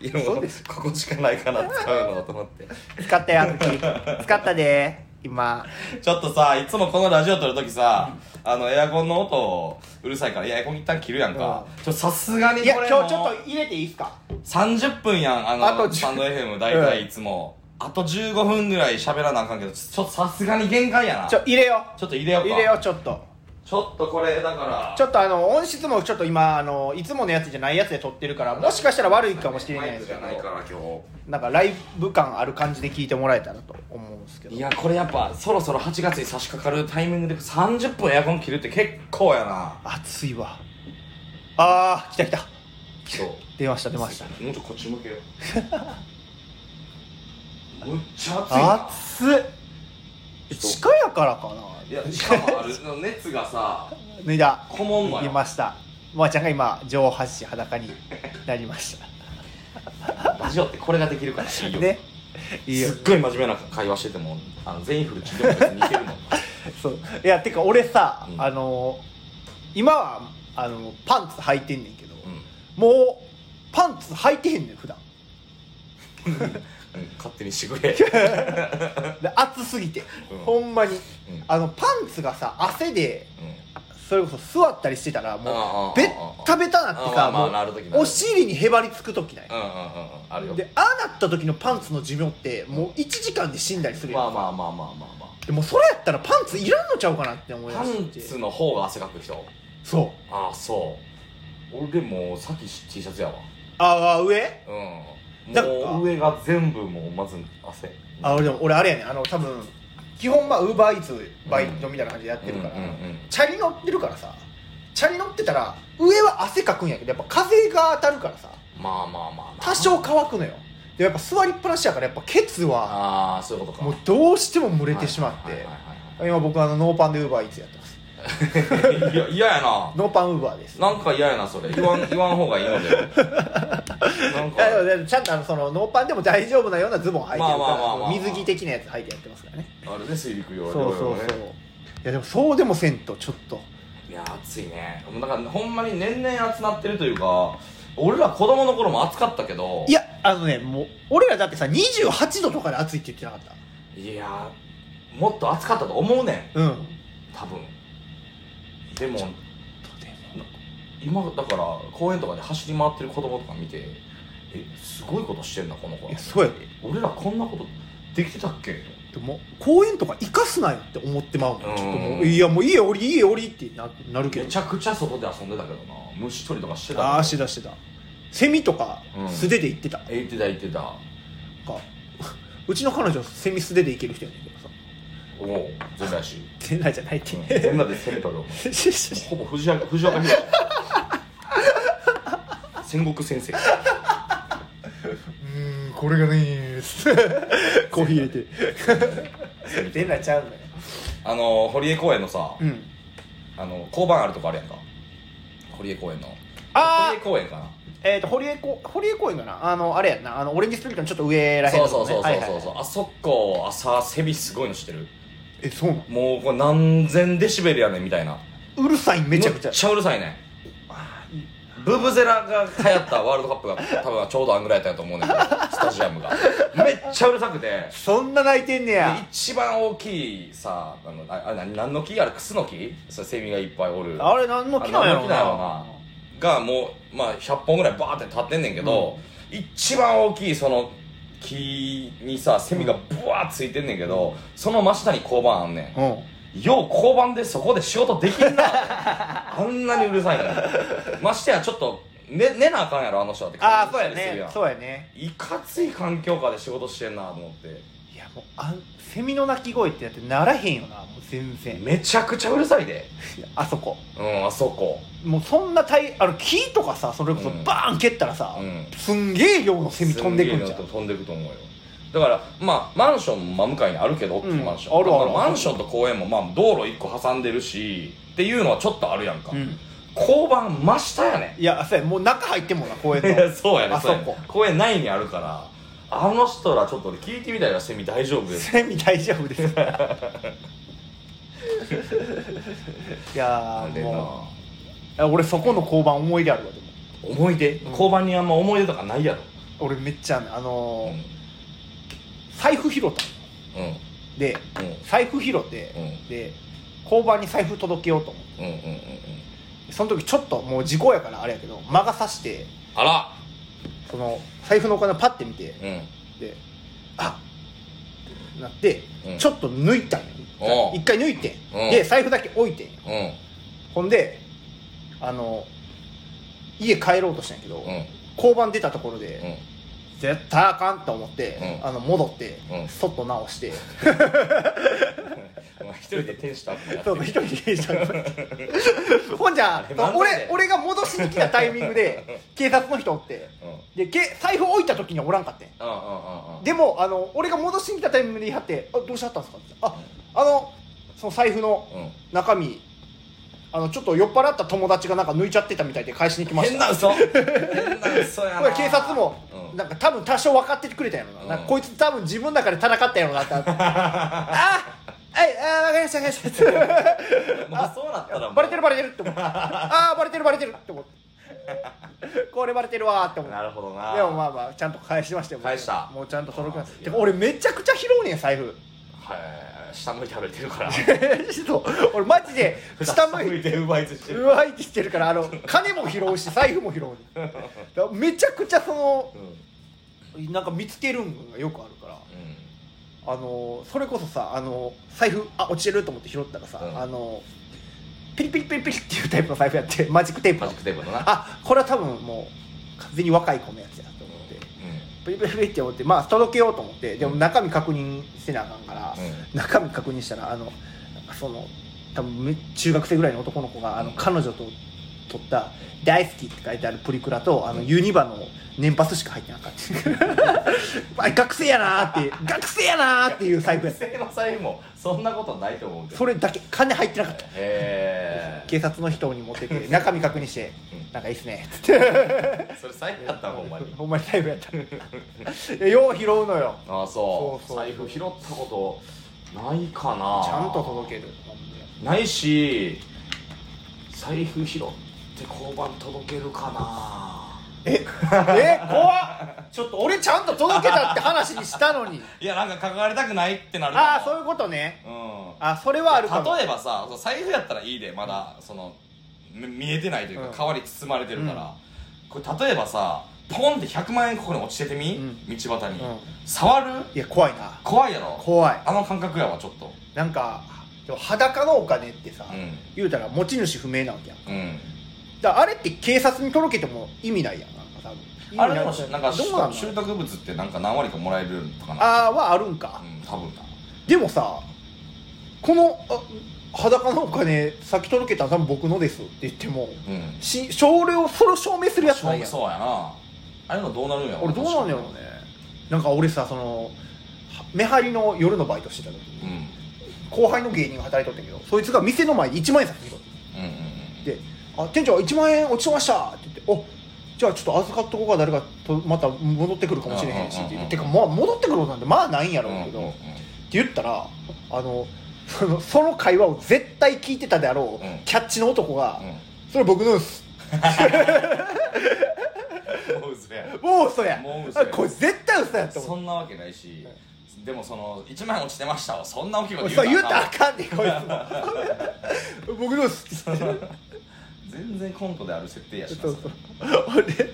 [SPEAKER 1] いやも
[SPEAKER 2] そう
[SPEAKER 1] う
[SPEAKER 2] です
[SPEAKER 1] ここしかないかな使うのと思って
[SPEAKER 2] 使ったやつ 使ったで今
[SPEAKER 1] ちょっとさいつもこのラジオ撮るときさあのエアコンの音うるさいからエアコン一旦切るやんかちょさすがに
[SPEAKER 2] い
[SPEAKER 1] こ
[SPEAKER 2] や
[SPEAKER 1] れ
[SPEAKER 2] 今日ちょ
[SPEAKER 1] も
[SPEAKER 2] っと入れていいっすか
[SPEAKER 1] 30分やんあ
[SPEAKER 2] あと
[SPEAKER 1] の
[SPEAKER 2] 10
[SPEAKER 1] スタンド FM 大体いつもあと15分ぐらい喋らなあかんけどちょっとさすがに限界やな
[SPEAKER 2] ち
[SPEAKER 1] ち
[SPEAKER 2] ょ
[SPEAKER 1] ょ
[SPEAKER 2] 入れよ
[SPEAKER 1] っと入れようか
[SPEAKER 2] 入れよちょっと
[SPEAKER 1] ちょっとこれだから
[SPEAKER 2] ちょっとあの音質もちょっと今あのいつものやつじゃないやつで撮ってるからもしかしたら悪いかもしれない
[SPEAKER 1] マイク
[SPEAKER 2] です
[SPEAKER 1] じ
[SPEAKER 2] け
[SPEAKER 1] ゃ
[SPEAKER 2] ど
[SPEAKER 1] ないから今日
[SPEAKER 2] なんかライブ感ある感じで聞いてもらえたらと思うんですけど
[SPEAKER 1] いやこれやっぱそろそろ8月に差し掛かるタイミングで30分エアコン切るって結構やな
[SPEAKER 2] 暑いわあー来た来た
[SPEAKER 1] そう
[SPEAKER 2] 出ました出ました
[SPEAKER 1] もうちょっとこっち向け よむっちゃ暑いな
[SPEAKER 2] 暑っ地下やからか
[SPEAKER 1] いやしかもある熱がさ
[SPEAKER 2] な脱いだ
[SPEAKER 1] こもんの
[SPEAKER 2] 脱
[SPEAKER 1] よ
[SPEAKER 2] ぎましたまーちゃんが今上半身裸になりまし
[SPEAKER 1] ラジオってこれができるからいい
[SPEAKER 2] た
[SPEAKER 1] よ、
[SPEAKER 2] ねいいよ
[SPEAKER 1] すっごい真面目な会話しててもあの全員フルチでも別に似てるもん
[SPEAKER 2] そういやてか俺さ、
[SPEAKER 1] うん
[SPEAKER 2] あの今はあのパンツ履いてんねんけど、
[SPEAKER 1] うん
[SPEAKER 2] もうパンツ履いてへんねん普段
[SPEAKER 1] うん勝手にしてくれ
[SPEAKER 2] で暑すぎて、
[SPEAKER 1] うん
[SPEAKER 2] ほんまに、
[SPEAKER 1] ん
[SPEAKER 2] あのパンツがさ汗で
[SPEAKER 1] う
[SPEAKER 2] それこそ座ったりしてた
[SPEAKER 1] あ
[SPEAKER 2] ら
[SPEAKER 1] あああ
[SPEAKER 2] も
[SPEAKER 1] あ
[SPEAKER 2] うベッタベタなって
[SPEAKER 1] ああ
[SPEAKER 2] さ
[SPEAKER 1] まあ
[SPEAKER 2] もう
[SPEAKER 1] なる時なる
[SPEAKER 2] お尻にへばりつく時ない
[SPEAKER 1] んうんうんうんうんあるよ
[SPEAKER 2] でああなった時のパンツの寿命ってもう1時間で死んだりするや
[SPEAKER 1] ま
[SPEAKER 2] ん
[SPEAKER 1] あまあまあまあまあま
[SPEAKER 2] でもそれやったらパンツいらんのちゃうかなって思い
[SPEAKER 1] あパ
[SPEAKER 2] ま
[SPEAKER 1] ン
[SPEAKER 2] して
[SPEAKER 1] ツの方が汗かく人
[SPEAKER 2] そう
[SPEAKER 1] ああそう俺でもさっき T シャツやわ
[SPEAKER 2] ああ上
[SPEAKER 1] うん
[SPEAKER 2] だ
[SPEAKER 1] もう上が全部もうまず汗
[SPEAKER 2] あ俺でも俺あれやねんあの多分基本まあウーバーイーツバイトみたいな感じでやってるから、
[SPEAKER 1] うんうんうん
[SPEAKER 2] チャリ乗ってるからさチャリ乗ってたら上は汗かくんやけどやっぱ風が当たるからさ
[SPEAKER 1] まあまあまあまあ
[SPEAKER 2] 多少乾くのよでやっぱ座りっぱなしやからやっぱケツは
[SPEAKER 1] ああそういうことか
[SPEAKER 2] もうどうしても蒸れてしまって、
[SPEAKER 1] はいはいはい
[SPEAKER 2] 今僕あのノーパンでウーバーイーツやってます
[SPEAKER 1] はいいや嫌やな
[SPEAKER 2] ノーパンウーバーです
[SPEAKER 1] なんか嫌やなそれ言わん言わん方がいいのでなん
[SPEAKER 2] いや
[SPEAKER 1] か
[SPEAKER 2] でもちゃんとあのそのノーパンでも大丈夫なようなズボン履いてるから、
[SPEAKER 1] まあまあまあまあ
[SPEAKER 2] 水着的なやつ履いてやってますからね
[SPEAKER 1] あれね水陸用
[SPEAKER 2] そ
[SPEAKER 1] は
[SPEAKER 2] うそうそう、
[SPEAKER 1] ね
[SPEAKER 2] いやでもそうでもせんとちょっと
[SPEAKER 1] いや暑いねもうだからほんまに年々集まってるというか俺ら子供の頃も暑かったけど
[SPEAKER 2] いやあのねもう俺らだってさ28度とかで暑いって言ってなかっ
[SPEAKER 1] いやもっと暑かったと思うねん
[SPEAKER 2] たうん
[SPEAKER 1] 多分でも今だから公園とかで走り回ってる子供とか見てえすごいことしてんなこの子
[SPEAKER 2] いやそうやで
[SPEAKER 1] 俺らこんなことできてたっけ
[SPEAKER 2] でも公園とか生かすなよって思ってまうも
[SPEAKER 1] うん
[SPEAKER 2] んちょっともういやもういいよ俺いいよ俺ってななるけ
[SPEAKER 1] め
[SPEAKER 2] ど
[SPEAKER 1] ちゃくちゃ外で遊んでたけどな虫取りとかしてた
[SPEAKER 2] ああしてたしてたセミとか
[SPEAKER 1] うん
[SPEAKER 2] 素手で行ってた、
[SPEAKER 1] え言ってた言ってた
[SPEAKER 2] なんか うちの彼女セミ素手で行ける人やねんけどさ
[SPEAKER 1] おお全裸やし
[SPEAKER 2] 全裸じゃないって、
[SPEAKER 1] うん全裸でセミ取るお前ほぼ藤岡藤岡弘戦国先生
[SPEAKER 2] うんこ れがねコーヒー入れて全裸ちゃうのよ
[SPEAKER 1] あの堀江公園のさ、
[SPEAKER 2] うん
[SPEAKER 1] あの交番あるとこあるやんか堀江公園の
[SPEAKER 2] あー
[SPEAKER 1] 堀江公園かな
[SPEAKER 2] えっ、と堀江公堀江公園かなあのあれやんなあのオレンジストリートのちょっと上らへん
[SPEAKER 1] そ
[SPEAKER 2] の
[SPEAKER 1] うそうそうそうそう、
[SPEAKER 2] ねはいはいはい
[SPEAKER 1] あそこ朝セビすごいの知ってる
[SPEAKER 2] えそうなの
[SPEAKER 1] もうこれ何千デシベルやねんみたいな
[SPEAKER 2] うるさいめちゃくちゃ
[SPEAKER 1] めっちゃうるさいねブブゼラが流行ったワールドカップが多分ちょうどあんぐらいだったと思うねんけどスタジアムがめっちゃうるさくてで
[SPEAKER 2] そんな泣いてんねや
[SPEAKER 1] 一番大きいさあのああれ何何の木あれクスの木それセミがいっぱいおる
[SPEAKER 2] あれ何の木なんやろ
[SPEAKER 1] あ何の木なんやろながもう、まあ、100本ぐらいバーって立ってんねんけど、一番大きいその木にさセミがブワーついてんねんけど、その真下に交番あんねん、
[SPEAKER 2] うん
[SPEAKER 1] よう交番でそこで仕事できんな あんなにうるさいのにましてやちょっと寝寝なあかんやろあの人だって
[SPEAKER 2] ああそうや
[SPEAKER 1] 感じする
[SPEAKER 2] ねそうやね
[SPEAKER 1] いかつい環境下で仕事してんなと思って
[SPEAKER 2] いやもうあんセミの鳴き声ってやってならへんよなもう全然
[SPEAKER 1] めちゃくちゃうるさいで
[SPEAKER 2] あそこ
[SPEAKER 1] うんあそこ
[SPEAKER 2] もうそんな大あの木とかさそれこそ
[SPEAKER 1] うん
[SPEAKER 2] バーン蹴ったらさ、
[SPEAKER 1] うん
[SPEAKER 2] すんげえ量のセミ飛んでくんじ
[SPEAKER 1] す
[SPEAKER 2] ゃ
[SPEAKER 1] げえ
[SPEAKER 2] ん
[SPEAKER 1] な飛んでくと思うよだからまあマンションも真向かいにあるけど大きいマンション、
[SPEAKER 2] うんあるある
[SPEAKER 1] だからマンションと公園もまあ道路一個挟んでるしっていうのはちょっとあるやんか、
[SPEAKER 2] うん
[SPEAKER 1] 交番真下やねん
[SPEAKER 2] いやそうやもう中入ってんもんな公園
[SPEAKER 1] いや
[SPEAKER 2] の
[SPEAKER 1] そうやね
[SPEAKER 2] あそ
[SPEAKER 1] そう
[SPEAKER 2] こ
[SPEAKER 1] やね公園内にあるからあの人らちょっと俺聞いてみたいなセミ大丈夫です
[SPEAKER 2] セミ大丈夫です いや
[SPEAKER 1] なん
[SPEAKER 2] ー
[SPEAKER 1] でな
[SPEAKER 2] もういや俺そこの交番思い出あるわでも
[SPEAKER 1] 思い出、交番にあんま思い出とかないやろ
[SPEAKER 2] 俺めっちゃあんねんあ
[SPEAKER 1] うん
[SPEAKER 2] のー
[SPEAKER 1] うん
[SPEAKER 2] 財布拾ったので財布拾って、
[SPEAKER 1] うん
[SPEAKER 2] で交番に財布届けようと思っ
[SPEAKER 1] う
[SPEAKER 2] て
[SPEAKER 1] んうんうんうんうん
[SPEAKER 2] その時ちょっともう時効やからあれやけど魔が差して
[SPEAKER 1] あら
[SPEAKER 2] その財布のお金をパッて見て
[SPEAKER 1] うん
[SPEAKER 2] であっなって、
[SPEAKER 1] うん
[SPEAKER 2] ちょっと抜いたんよ
[SPEAKER 1] おう
[SPEAKER 2] 一回抜いてん
[SPEAKER 1] うん
[SPEAKER 2] で財布だけ置いてんよ
[SPEAKER 1] うん
[SPEAKER 2] ほんであの家帰ろうとしたんやけど、
[SPEAKER 1] うん
[SPEAKER 2] 交番出たところで、
[SPEAKER 1] うん
[SPEAKER 2] 絶対あかんと思って、
[SPEAKER 1] うん
[SPEAKER 2] あの戻って、
[SPEAKER 1] うん
[SPEAKER 2] そっと直して、
[SPEAKER 1] お前一人で天使と会ってやって
[SPEAKER 2] そ
[SPEAKER 1] る
[SPEAKER 2] う一人で警察 にほんじゃ
[SPEAKER 1] あれ漫才で
[SPEAKER 2] 俺俺が戻しに来たタイミングで警察の人おって
[SPEAKER 1] うんうん
[SPEAKER 2] でけ財布置いた時にはおらんかってん
[SPEAKER 1] うんうんうん
[SPEAKER 2] でもあの俺が戻しに来たタイミングで言い張って「あどうしちゃったんですか?」って「ああのその財布の
[SPEAKER 1] うん
[SPEAKER 2] 中身あのちょっと酔っ払った友達がなんか抜いちゃってたみたいで返しに来まし
[SPEAKER 1] 変
[SPEAKER 2] た
[SPEAKER 1] な」嘘変な嘘や
[SPEAKER 2] こ
[SPEAKER 1] な
[SPEAKER 2] れ警察も
[SPEAKER 1] うん
[SPEAKER 2] なんか多分多少分かっててくれたやろな,、
[SPEAKER 1] うん
[SPEAKER 2] なんかこいつ多分自分の中で戦ったやろなって あはいあ分かりました分かりました
[SPEAKER 1] まあそうなったらもう
[SPEAKER 2] バレてるバレてるって思ってああバレてるバレてるって思ってこれバレてるわーって思って
[SPEAKER 1] なるほどな
[SPEAKER 2] でもまあまあちゃんと返しましたよ
[SPEAKER 1] 返した
[SPEAKER 2] もうちゃんと届きました
[SPEAKER 1] あー
[SPEAKER 2] てか俺めちゃくちゃ拾うねん財布
[SPEAKER 1] はい下向いて歩いてるから
[SPEAKER 2] そう俺マジで下向いて
[SPEAKER 1] て奪いつしてる
[SPEAKER 2] 上手いってしてるから あの金も拾うし財布も拾うねんだからめちゃくちゃその
[SPEAKER 1] うん
[SPEAKER 2] なんか見つけるんがよくあるからあのそれこそさあの財布あ落ちてると思って拾ったらさ、
[SPEAKER 1] うん
[SPEAKER 2] あのピリピリピリピリっていうタイプの財布やってマジックテープ
[SPEAKER 1] マ
[SPEAKER 2] の
[SPEAKER 1] ジックテープのな
[SPEAKER 2] あこれは多分もう完全に若い子のやつやと思ってプリプリプリって思ってまあ届けようと思ってでも中身確認せなあかんから、
[SPEAKER 1] う
[SPEAKER 2] 中身確認したらあのその多分め中学生ぐらいの男の子があの
[SPEAKER 1] うん
[SPEAKER 2] 彼女と撮った「大好き」って書いてあるプリクラとあのユニバの年パスしか入ってな かった、あ学生やなーって学生やなーっていう財布やっ
[SPEAKER 1] 学生の財布もそんなことないと思うけ
[SPEAKER 2] た
[SPEAKER 1] ど
[SPEAKER 2] それだけ金入ってなかった
[SPEAKER 1] へ
[SPEAKER 2] 警察の人に持っ てて中身確認して
[SPEAKER 1] う
[SPEAKER 2] 「
[SPEAKER 1] ん
[SPEAKER 2] なんかいいっすね」っつって。
[SPEAKER 1] えそれ財布やったんほんまに
[SPEAKER 2] ほんまにライブやった いやよう拾うのよ
[SPEAKER 1] ああそう
[SPEAKER 2] そうそう
[SPEAKER 1] 財布拾ったことないかな
[SPEAKER 2] ちゃんと届けるほんで
[SPEAKER 1] ないし財布拾って交番届けるかな
[SPEAKER 2] ええ怖っちょっと俺ちゃんと届けたって話にしたのに
[SPEAKER 1] いやなんか関わりたくないってなる
[SPEAKER 2] ああそういううことね
[SPEAKER 1] うん
[SPEAKER 2] あそれはあるかも
[SPEAKER 1] 例えばさそう財布やったらいいでまだそのみ見えてないという
[SPEAKER 2] うん
[SPEAKER 1] か皮に包まれてるから、これ例えばさポンって100万円ここに落ちててみ、
[SPEAKER 2] うん
[SPEAKER 1] 道端に、
[SPEAKER 2] うん
[SPEAKER 1] 触る
[SPEAKER 2] いや怖いな
[SPEAKER 1] 怖いやろ
[SPEAKER 2] 怖い
[SPEAKER 1] あの感覚やわちょっと
[SPEAKER 2] なんかでも裸のお金ってさ、
[SPEAKER 1] うん
[SPEAKER 2] 言うたら持ち主不明なわけやん
[SPEAKER 1] うん
[SPEAKER 2] だからあれって警察に届けても意味ないやんなんか多分意味
[SPEAKER 1] あれ
[SPEAKER 2] い
[SPEAKER 1] でもなんか
[SPEAKER 2] どうなんの
[SPEAKER 1] 拾得物ってなんか何割かもらえるとかな
[SPEAKER 2] ああはあるんか、
[SPEAKER 1] うん多分な
[SPEAKER 2] でもさこのあ裸のお金先届けたら多分僕のですって言っても
[SPEAKER 1] うん
[SPEAKER 2] し少量それを証明するやつないやん
[SPEAKER 1] そうやなあれのどうなるんやろ
[SPEAKER 2] 俺どうなんやろうねなんか俺さそのはめはりの夜のバイトしてた時
[SPEAKER 1] う
[SPEAKER 2] に
[SPEAKER 1] ん
[SPEAKER 2] 後輩の芸人が働いとったんやけどそいつが店の前に1万円札見とって
[SPEAKER 1] うんうん
[SPEAKER 2] で「あ店長1万円落ちてました」って言って「おじゃあちょっと預かっとこうか誰かとまた戻ってくるかもしれへんし」って言って「てかまあ戻ってくることなんてまあないんやろ
[SPEAKER 1] うん
[SPEAKER 2] うけど」
[SPEAKER 1] うんうん
[SPEAKER 2] って言ったらあの そのその会話を絶対聞いてたであろう、
[SPEAKER 1] うん
[SPEAKER 2] キャッチの男が
[SPEAKER 1] うん
[SPEAKER 2] 「それ僕のです」
[SPEAKER 1] もう嘘や
[SPEAKER 2] もう嘘や
[SPEAKER 1] もう嘘や
[SPEAKER 2] あこれ絶対嘘やと
[SPEAKER 1] そ
[SPEAKER 2] 思って
[SPEAKER 1] んなわけないしでもその1万円落ちてましたわそんな大きいこ
[SPEAKER 2] も
[SPEAKER 1] と
[SPEAKER 2] うそう言
[SPEAKER 1] う
[SPEAKER 2] う
[SPEAKER 1] な
[SPEAKER 2] たらあかんねこいつも 僕のですって
[SPEAKER 1] 全然コントである設定やしな
[SPEAKER 2] そう
[SPEAKER 1] そ
[SPEAKER 2] そう
[SPEAKER 1] れ
[SPEAKER 2] ほんで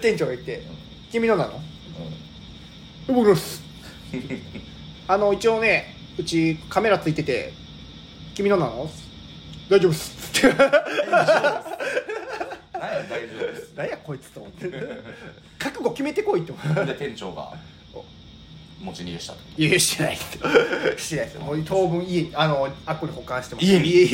[SPEAKER 2] 店長が言って「君のなの?」僕のっす あの一応ねうちカメラついてて君のなの大丈夫っす
[SPEAKER 1] うん何や大丈夫です
[SPEAKER 2] 何やこいつと思って覚悟決めてこいって思う
[SPEAKER 1] で店長が持ち逃げしたと
[SPEAKER 2] いやしてないっすしてないっすもう当分家にあのあっこに保管してます
[SPEAKER 1] 家に
[SPEAKER 2] 家に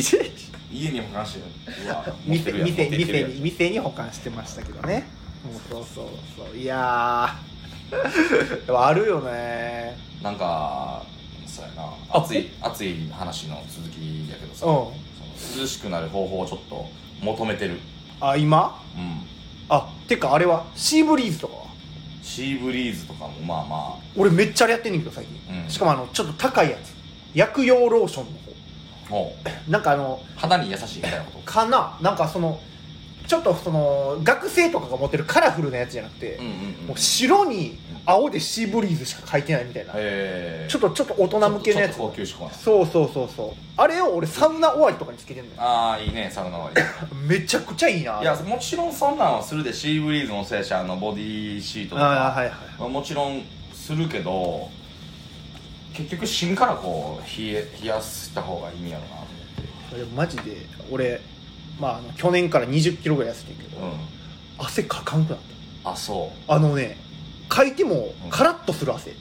[SPEAKER 1] 家に保管してるうわ持って
[SPEAKER 2] 店
[SPEAKER 1] るやん持
[SPEAKER 2] 店
[SPEAKER 1] ってってる
[SPEAKER 2] 店
[SPEAKER 1] やん
[SPEAKER 2] に店に保管してましたけどねもうそうそうそういやー でもあるよね
[SPEAKER 1] なんかそうやな熱い熱い話の続きやけどさ、
[SPEAKER 2] うん
[SPEAKER 1] その涼しくなる方法をちょっと求めてる
[SPEAKER 2] あ今
[SPEAKER 1] うん
[SPEAKER 2] あてかあれはシーブリーズとかは
[SPEAKER 1] シーブリーズとかもまあま
[SPEAKER 2] 俺めっちゃあれやってんねんけど最近、
[SPEAKER 1] うん
[SPEAKER 2] しかもあのちょっと高いやつ薬用ローションの
[SPEAKER 1] あもう
[SPEAKER 2] 方なんかあの
[SPEAKER 1] 肌に優しいみたいなこと
[SPEAKER 2] かななんかそのちょっとその学生とかが持ってるカラフルなやつじゃなくて、
[SPEAKER 1] うんうんうん
[SPEAKER 2] もう白に青でシーブリーズしか書いてないみたいな、
[SPEAKER 1] えー
[SPEAKER 2] ちょっとちょっと大人向けのやつ
[SPEAKER 1] ちょっと高級志向な
[SPEAKER 2] そうそうそうそうあれを俺サウナ終わりとかにつけてんのよ
[SPEAKER 1] ああいいねサウナ終わ
[SPEAKER 2] めちゃくちゃいいな
[SPEAKER 1] りい
[SPEAKER 2] あ
[SPEAKER 1] や
[SPEAKER 2] れ
[SPEAKER 1] もちろんそんなんはするでシーブリーズもそうやしあのボディシートと
[SPEAKER 2] あー
[SPEAKER 1] か
[SPEAKER 2] はいはい
[SPEAKER 1] まあもちろんするけど結局芯からこう冷え冷やした方がいいんやろうなと思
[SPEAKER 2] いやマジで俺まああの去年から2 0キロぐらい痩せてるけど、
[SPEAKER 1] ってうん
[SPEAKER 2] 汗かかんくなっ
[SPEAKER 1] あそう
[SPEAKER 2] たあのねかいても
[SPEAKER 1] うん
[SPEAKER 2] カラッとする汗、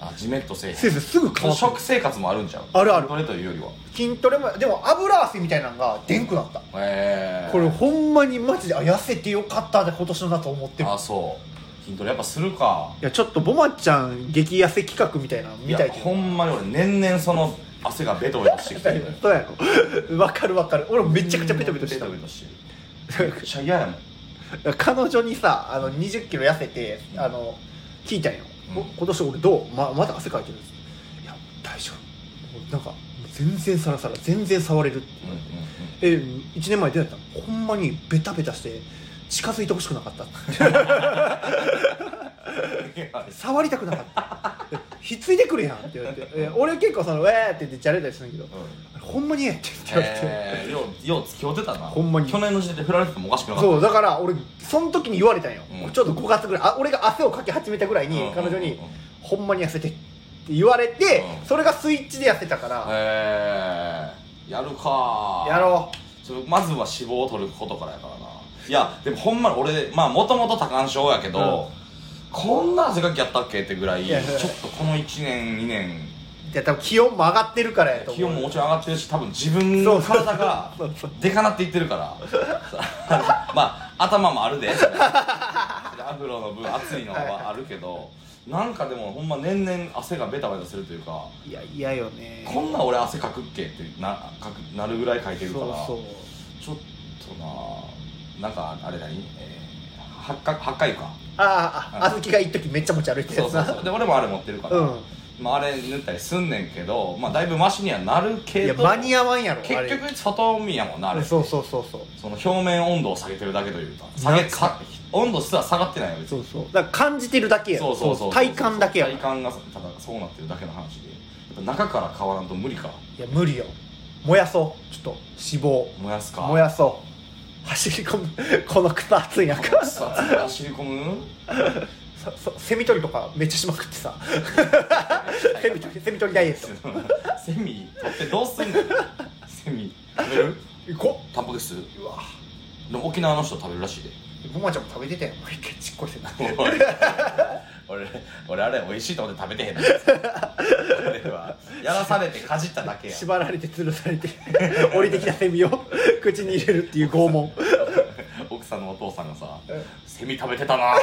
[SPEAKER 1] あジメッとせえへん
[SPEAKER 2] 先生すぐ乾く
[SPEAKER 1] 食生活もあるんちゃう
[SPEAKER 2] あるある
[SPEAKER 1] それというよりは
[SPEAKER 2] 筋トレもでも油汗みたいなのがでんくなった、
[SPEAKER 1] ええ
[SPEAKER 2] これほんまにマジであ痩せてよかったで今年のだと思ってる
[SPEAKER 1] あそう筋トレやっぱするか
[SPEAKER 2] いやちょっとボマちゃん激痩せ企画みたいなの見たい
[SPEAKER 1] や
[SPEAKER 2] けど
[SPEAKER 1] ほんまに俺年々その汗がベトベトしてきてるのよ
[SPEAKER 2] そうやろ わかるわかる俺 もめちゃくちゃペトペトしてた
[SPEAKER 1] ベトベトしてるめっちゃ嫌やもん
[SPEAKER 2] 彼女にさあの20キロ痩せてあの聞いたんよ、
[SPEAKER 1] うん
[SPEAKER 2] お今年俺どうままだ汗かいてるんですいや大丈夫なんか全然サラサラ全然触れるって言われて、え1年前どうやったのほんまにベタベタして近づいてほしくなかった 触りたくなかったえひっついてくるやんって言われてえ俺結構その「ウェー!」って言ってじゃれたりするんだけど 「ほんまにええ」って言われて、
[SPEAKER 1] えー、ようよう付き合うてたな
[SPEAKER 2] ほんまに
[SPEAKER 1] 去年の時点で振られててもおかしく なかった
[SPEAKER 2] そうだから俺その時に言われたんよ、
[SPEAKER 1] うん
[SPEAKER 2] ちょっと5月ぐらいあ俺が汗をかき始めたぐらいに彼女
[SPEAKER 1] うん
[SPEAKER 2] に
[SPEAKER 1] うんうんうん
[SPEAKER 2] 「ほんまに痩せて」って言われて、
[SPEAKER 1] うん
[SPEAKER 2] それがスイッチで痩せたから、
[SPEAKER 1] えー、やるか
[SPEAKER 2] やろ
[SPEAKER 1] ちょまずは脂肪を取ることからやからないやでもほんまに俺まあもともと多汗症やけど、こんな汗かきやったっけってぐらい
[SPEAKER 2] い
[SPEAKER 1] ちょ
[SPEAKER 2] や
[SPEAKER 1] っとこの1年2年
[SPEAKER 2] ういや多分気温も上がってるからやと思う
[SPEAKER 1] 気温ももちろん上がってるし多分自分の体が
[SPEAKER 2] そうそう
[SPEAKER 1] でかなっていってるから まあ頭もあるでそれアフロの分熱いのはあるけどなんかでもほんま年々汗がベタベタするというか
[SPEAKER 2] いや嫌よね
[SPEAKER 1] こんな俺汗かくっけってなかくなるぐらいかいてるから
[SPEAKER 2] そう
[SPEAKER 1] ちょっとなあなんかあれ何、えー、八角八角湯 か
[SPEAKER 2] そうあああずきが一時めっちゃ持ち歩いてる
[SPEAKER 1] そ
[SPEAKER 2] や
[SPEAKER 1] う
[SPEAKER 2] つ
[SPEAKER 1] そ
[SPEAKER 2] な
[SPEAKER 1] うそうで俺もあれ持ってるから、
[SPEAKER 2] うん
[SPEAKER 1] まあ、あれ塗ったりすんねんけど、まあ、だいぶマシにはなる
[SPEAKER 2] い
[SPEAKER 1] け
[SPEAKER 2] や
[SPEAKER 1] ど
[SPEAKER 2] 間に合わんやろあ
[SPEAKER 1] 結
[SPEAKER 2] れ
[SPEAKER 1] 局外見やもんなあれ
[SPEAKER 2] そうそうそうそう
[SPEAKER 1] その表面温度を下げてるだけというか下げ
[SPEAKER 2] なんか
[SPEAKER 1] か温度すら下がってないよ別
[SPEAKER 2] そ
[SPEAKER 1] に
[SPEAKER 2] うそうだから感じてるだけや
[SPEAKER 1] そうそうそう
[SPEAKER 2] 体感だけや
[SPEAKER 1] 体感がただそうなってるだけの話でやっぱ中から変わらんと無理か
[SPEAKER 2] いや無理よ燃やそうちょっと脂肪
[SPEAKER 1] 燃やすか
[SPEAKER 2] 燃やそう走り込むこの草暑い中
[SPEAKER 1] くそ走り込む
[SPEAKER 2] そそセミ取りとかめっちゃしまくっ てさセミ取りセミ取りダイエッ
[SPEAKER 1] セミ取ってどうすんのセミ食べる
[SPEAKER 2] トいこ
[SPEAKER 1] タンパク質うわでも沖縄の人食べるらしいで
[SPEAKER 2] うごまちゃんも食べてたよ毎回ちっこいせな
[SPEAKER 1] 俺俺俺あれ美味しいと思って食べて へんの俺はやらされてかじっただけや
[SPEAKER 2] 縛られて吊るされて降りてきたセミを 口に入れるっていう拷問
[SPEAKER 1] 奥さんのお父さんがさ
[SPEAKER 2] うん
[SPEAKER 1] 「セミ食べてたな」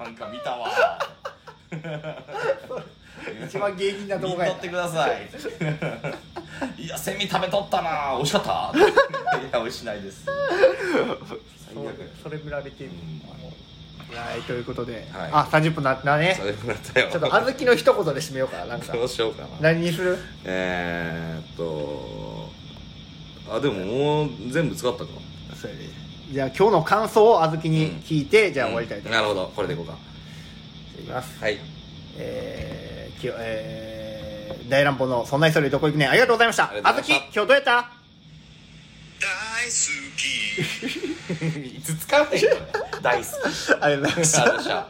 [SPEAKER 1] なんか見たわ
[SPEAKER 2] 一番芸人な動
[SPEAKER 1] 見
[SPEAKER 2] 画
[SPEAKER 1] と
[SPEAKER 2] や
[SPEAKER 1] ってくださいいやセミ食べとったな美味しかったいや美味しないです最悪
[SPEAKER 2] そうそれ見られてる、はいということで、
[SPEAKER 1] はい
[SPEAKER 2] あ三30分なったね
[SPEAKER 1] それもらったよ
[SPEAKER 2] ちょっと小豆の一言で締めようかなんか
[SPEAKER 1] どうしようかな
[SPEAKER 2] 何にする
[SPEAKER 1] えー、っとあでももう全部使ったか
[SPEAKER 2] それでじゃあ今日の感想を小豆に聞いて、じゃあ終わりたいと思い
[SPEAKER 1] な
[SPEAKER 2] ま
[SPEAKER 1] るほどこれでいこうか
[SPEAKER 2] す、いきます
[SPEAKER 1] はい
[SPEAKER 2] えーきよえー大乱暴の「そんな急いでどこ行くねん」ありがとうございました
[SPEAKER 1] あり
[SPEAKER 2] 小
[SPEAKER 1] がとう
[SPEAKER 2] 豆
[SPEAKER 1] ございま
[SPEAKER 2] 今日どうやった
[SPEAKER 3] 大好き
[SPEAKER 1] いつ使うねんこれ大好き
[SPEAKER 2] ありがとうございました
[SPEAKER 1] あどうした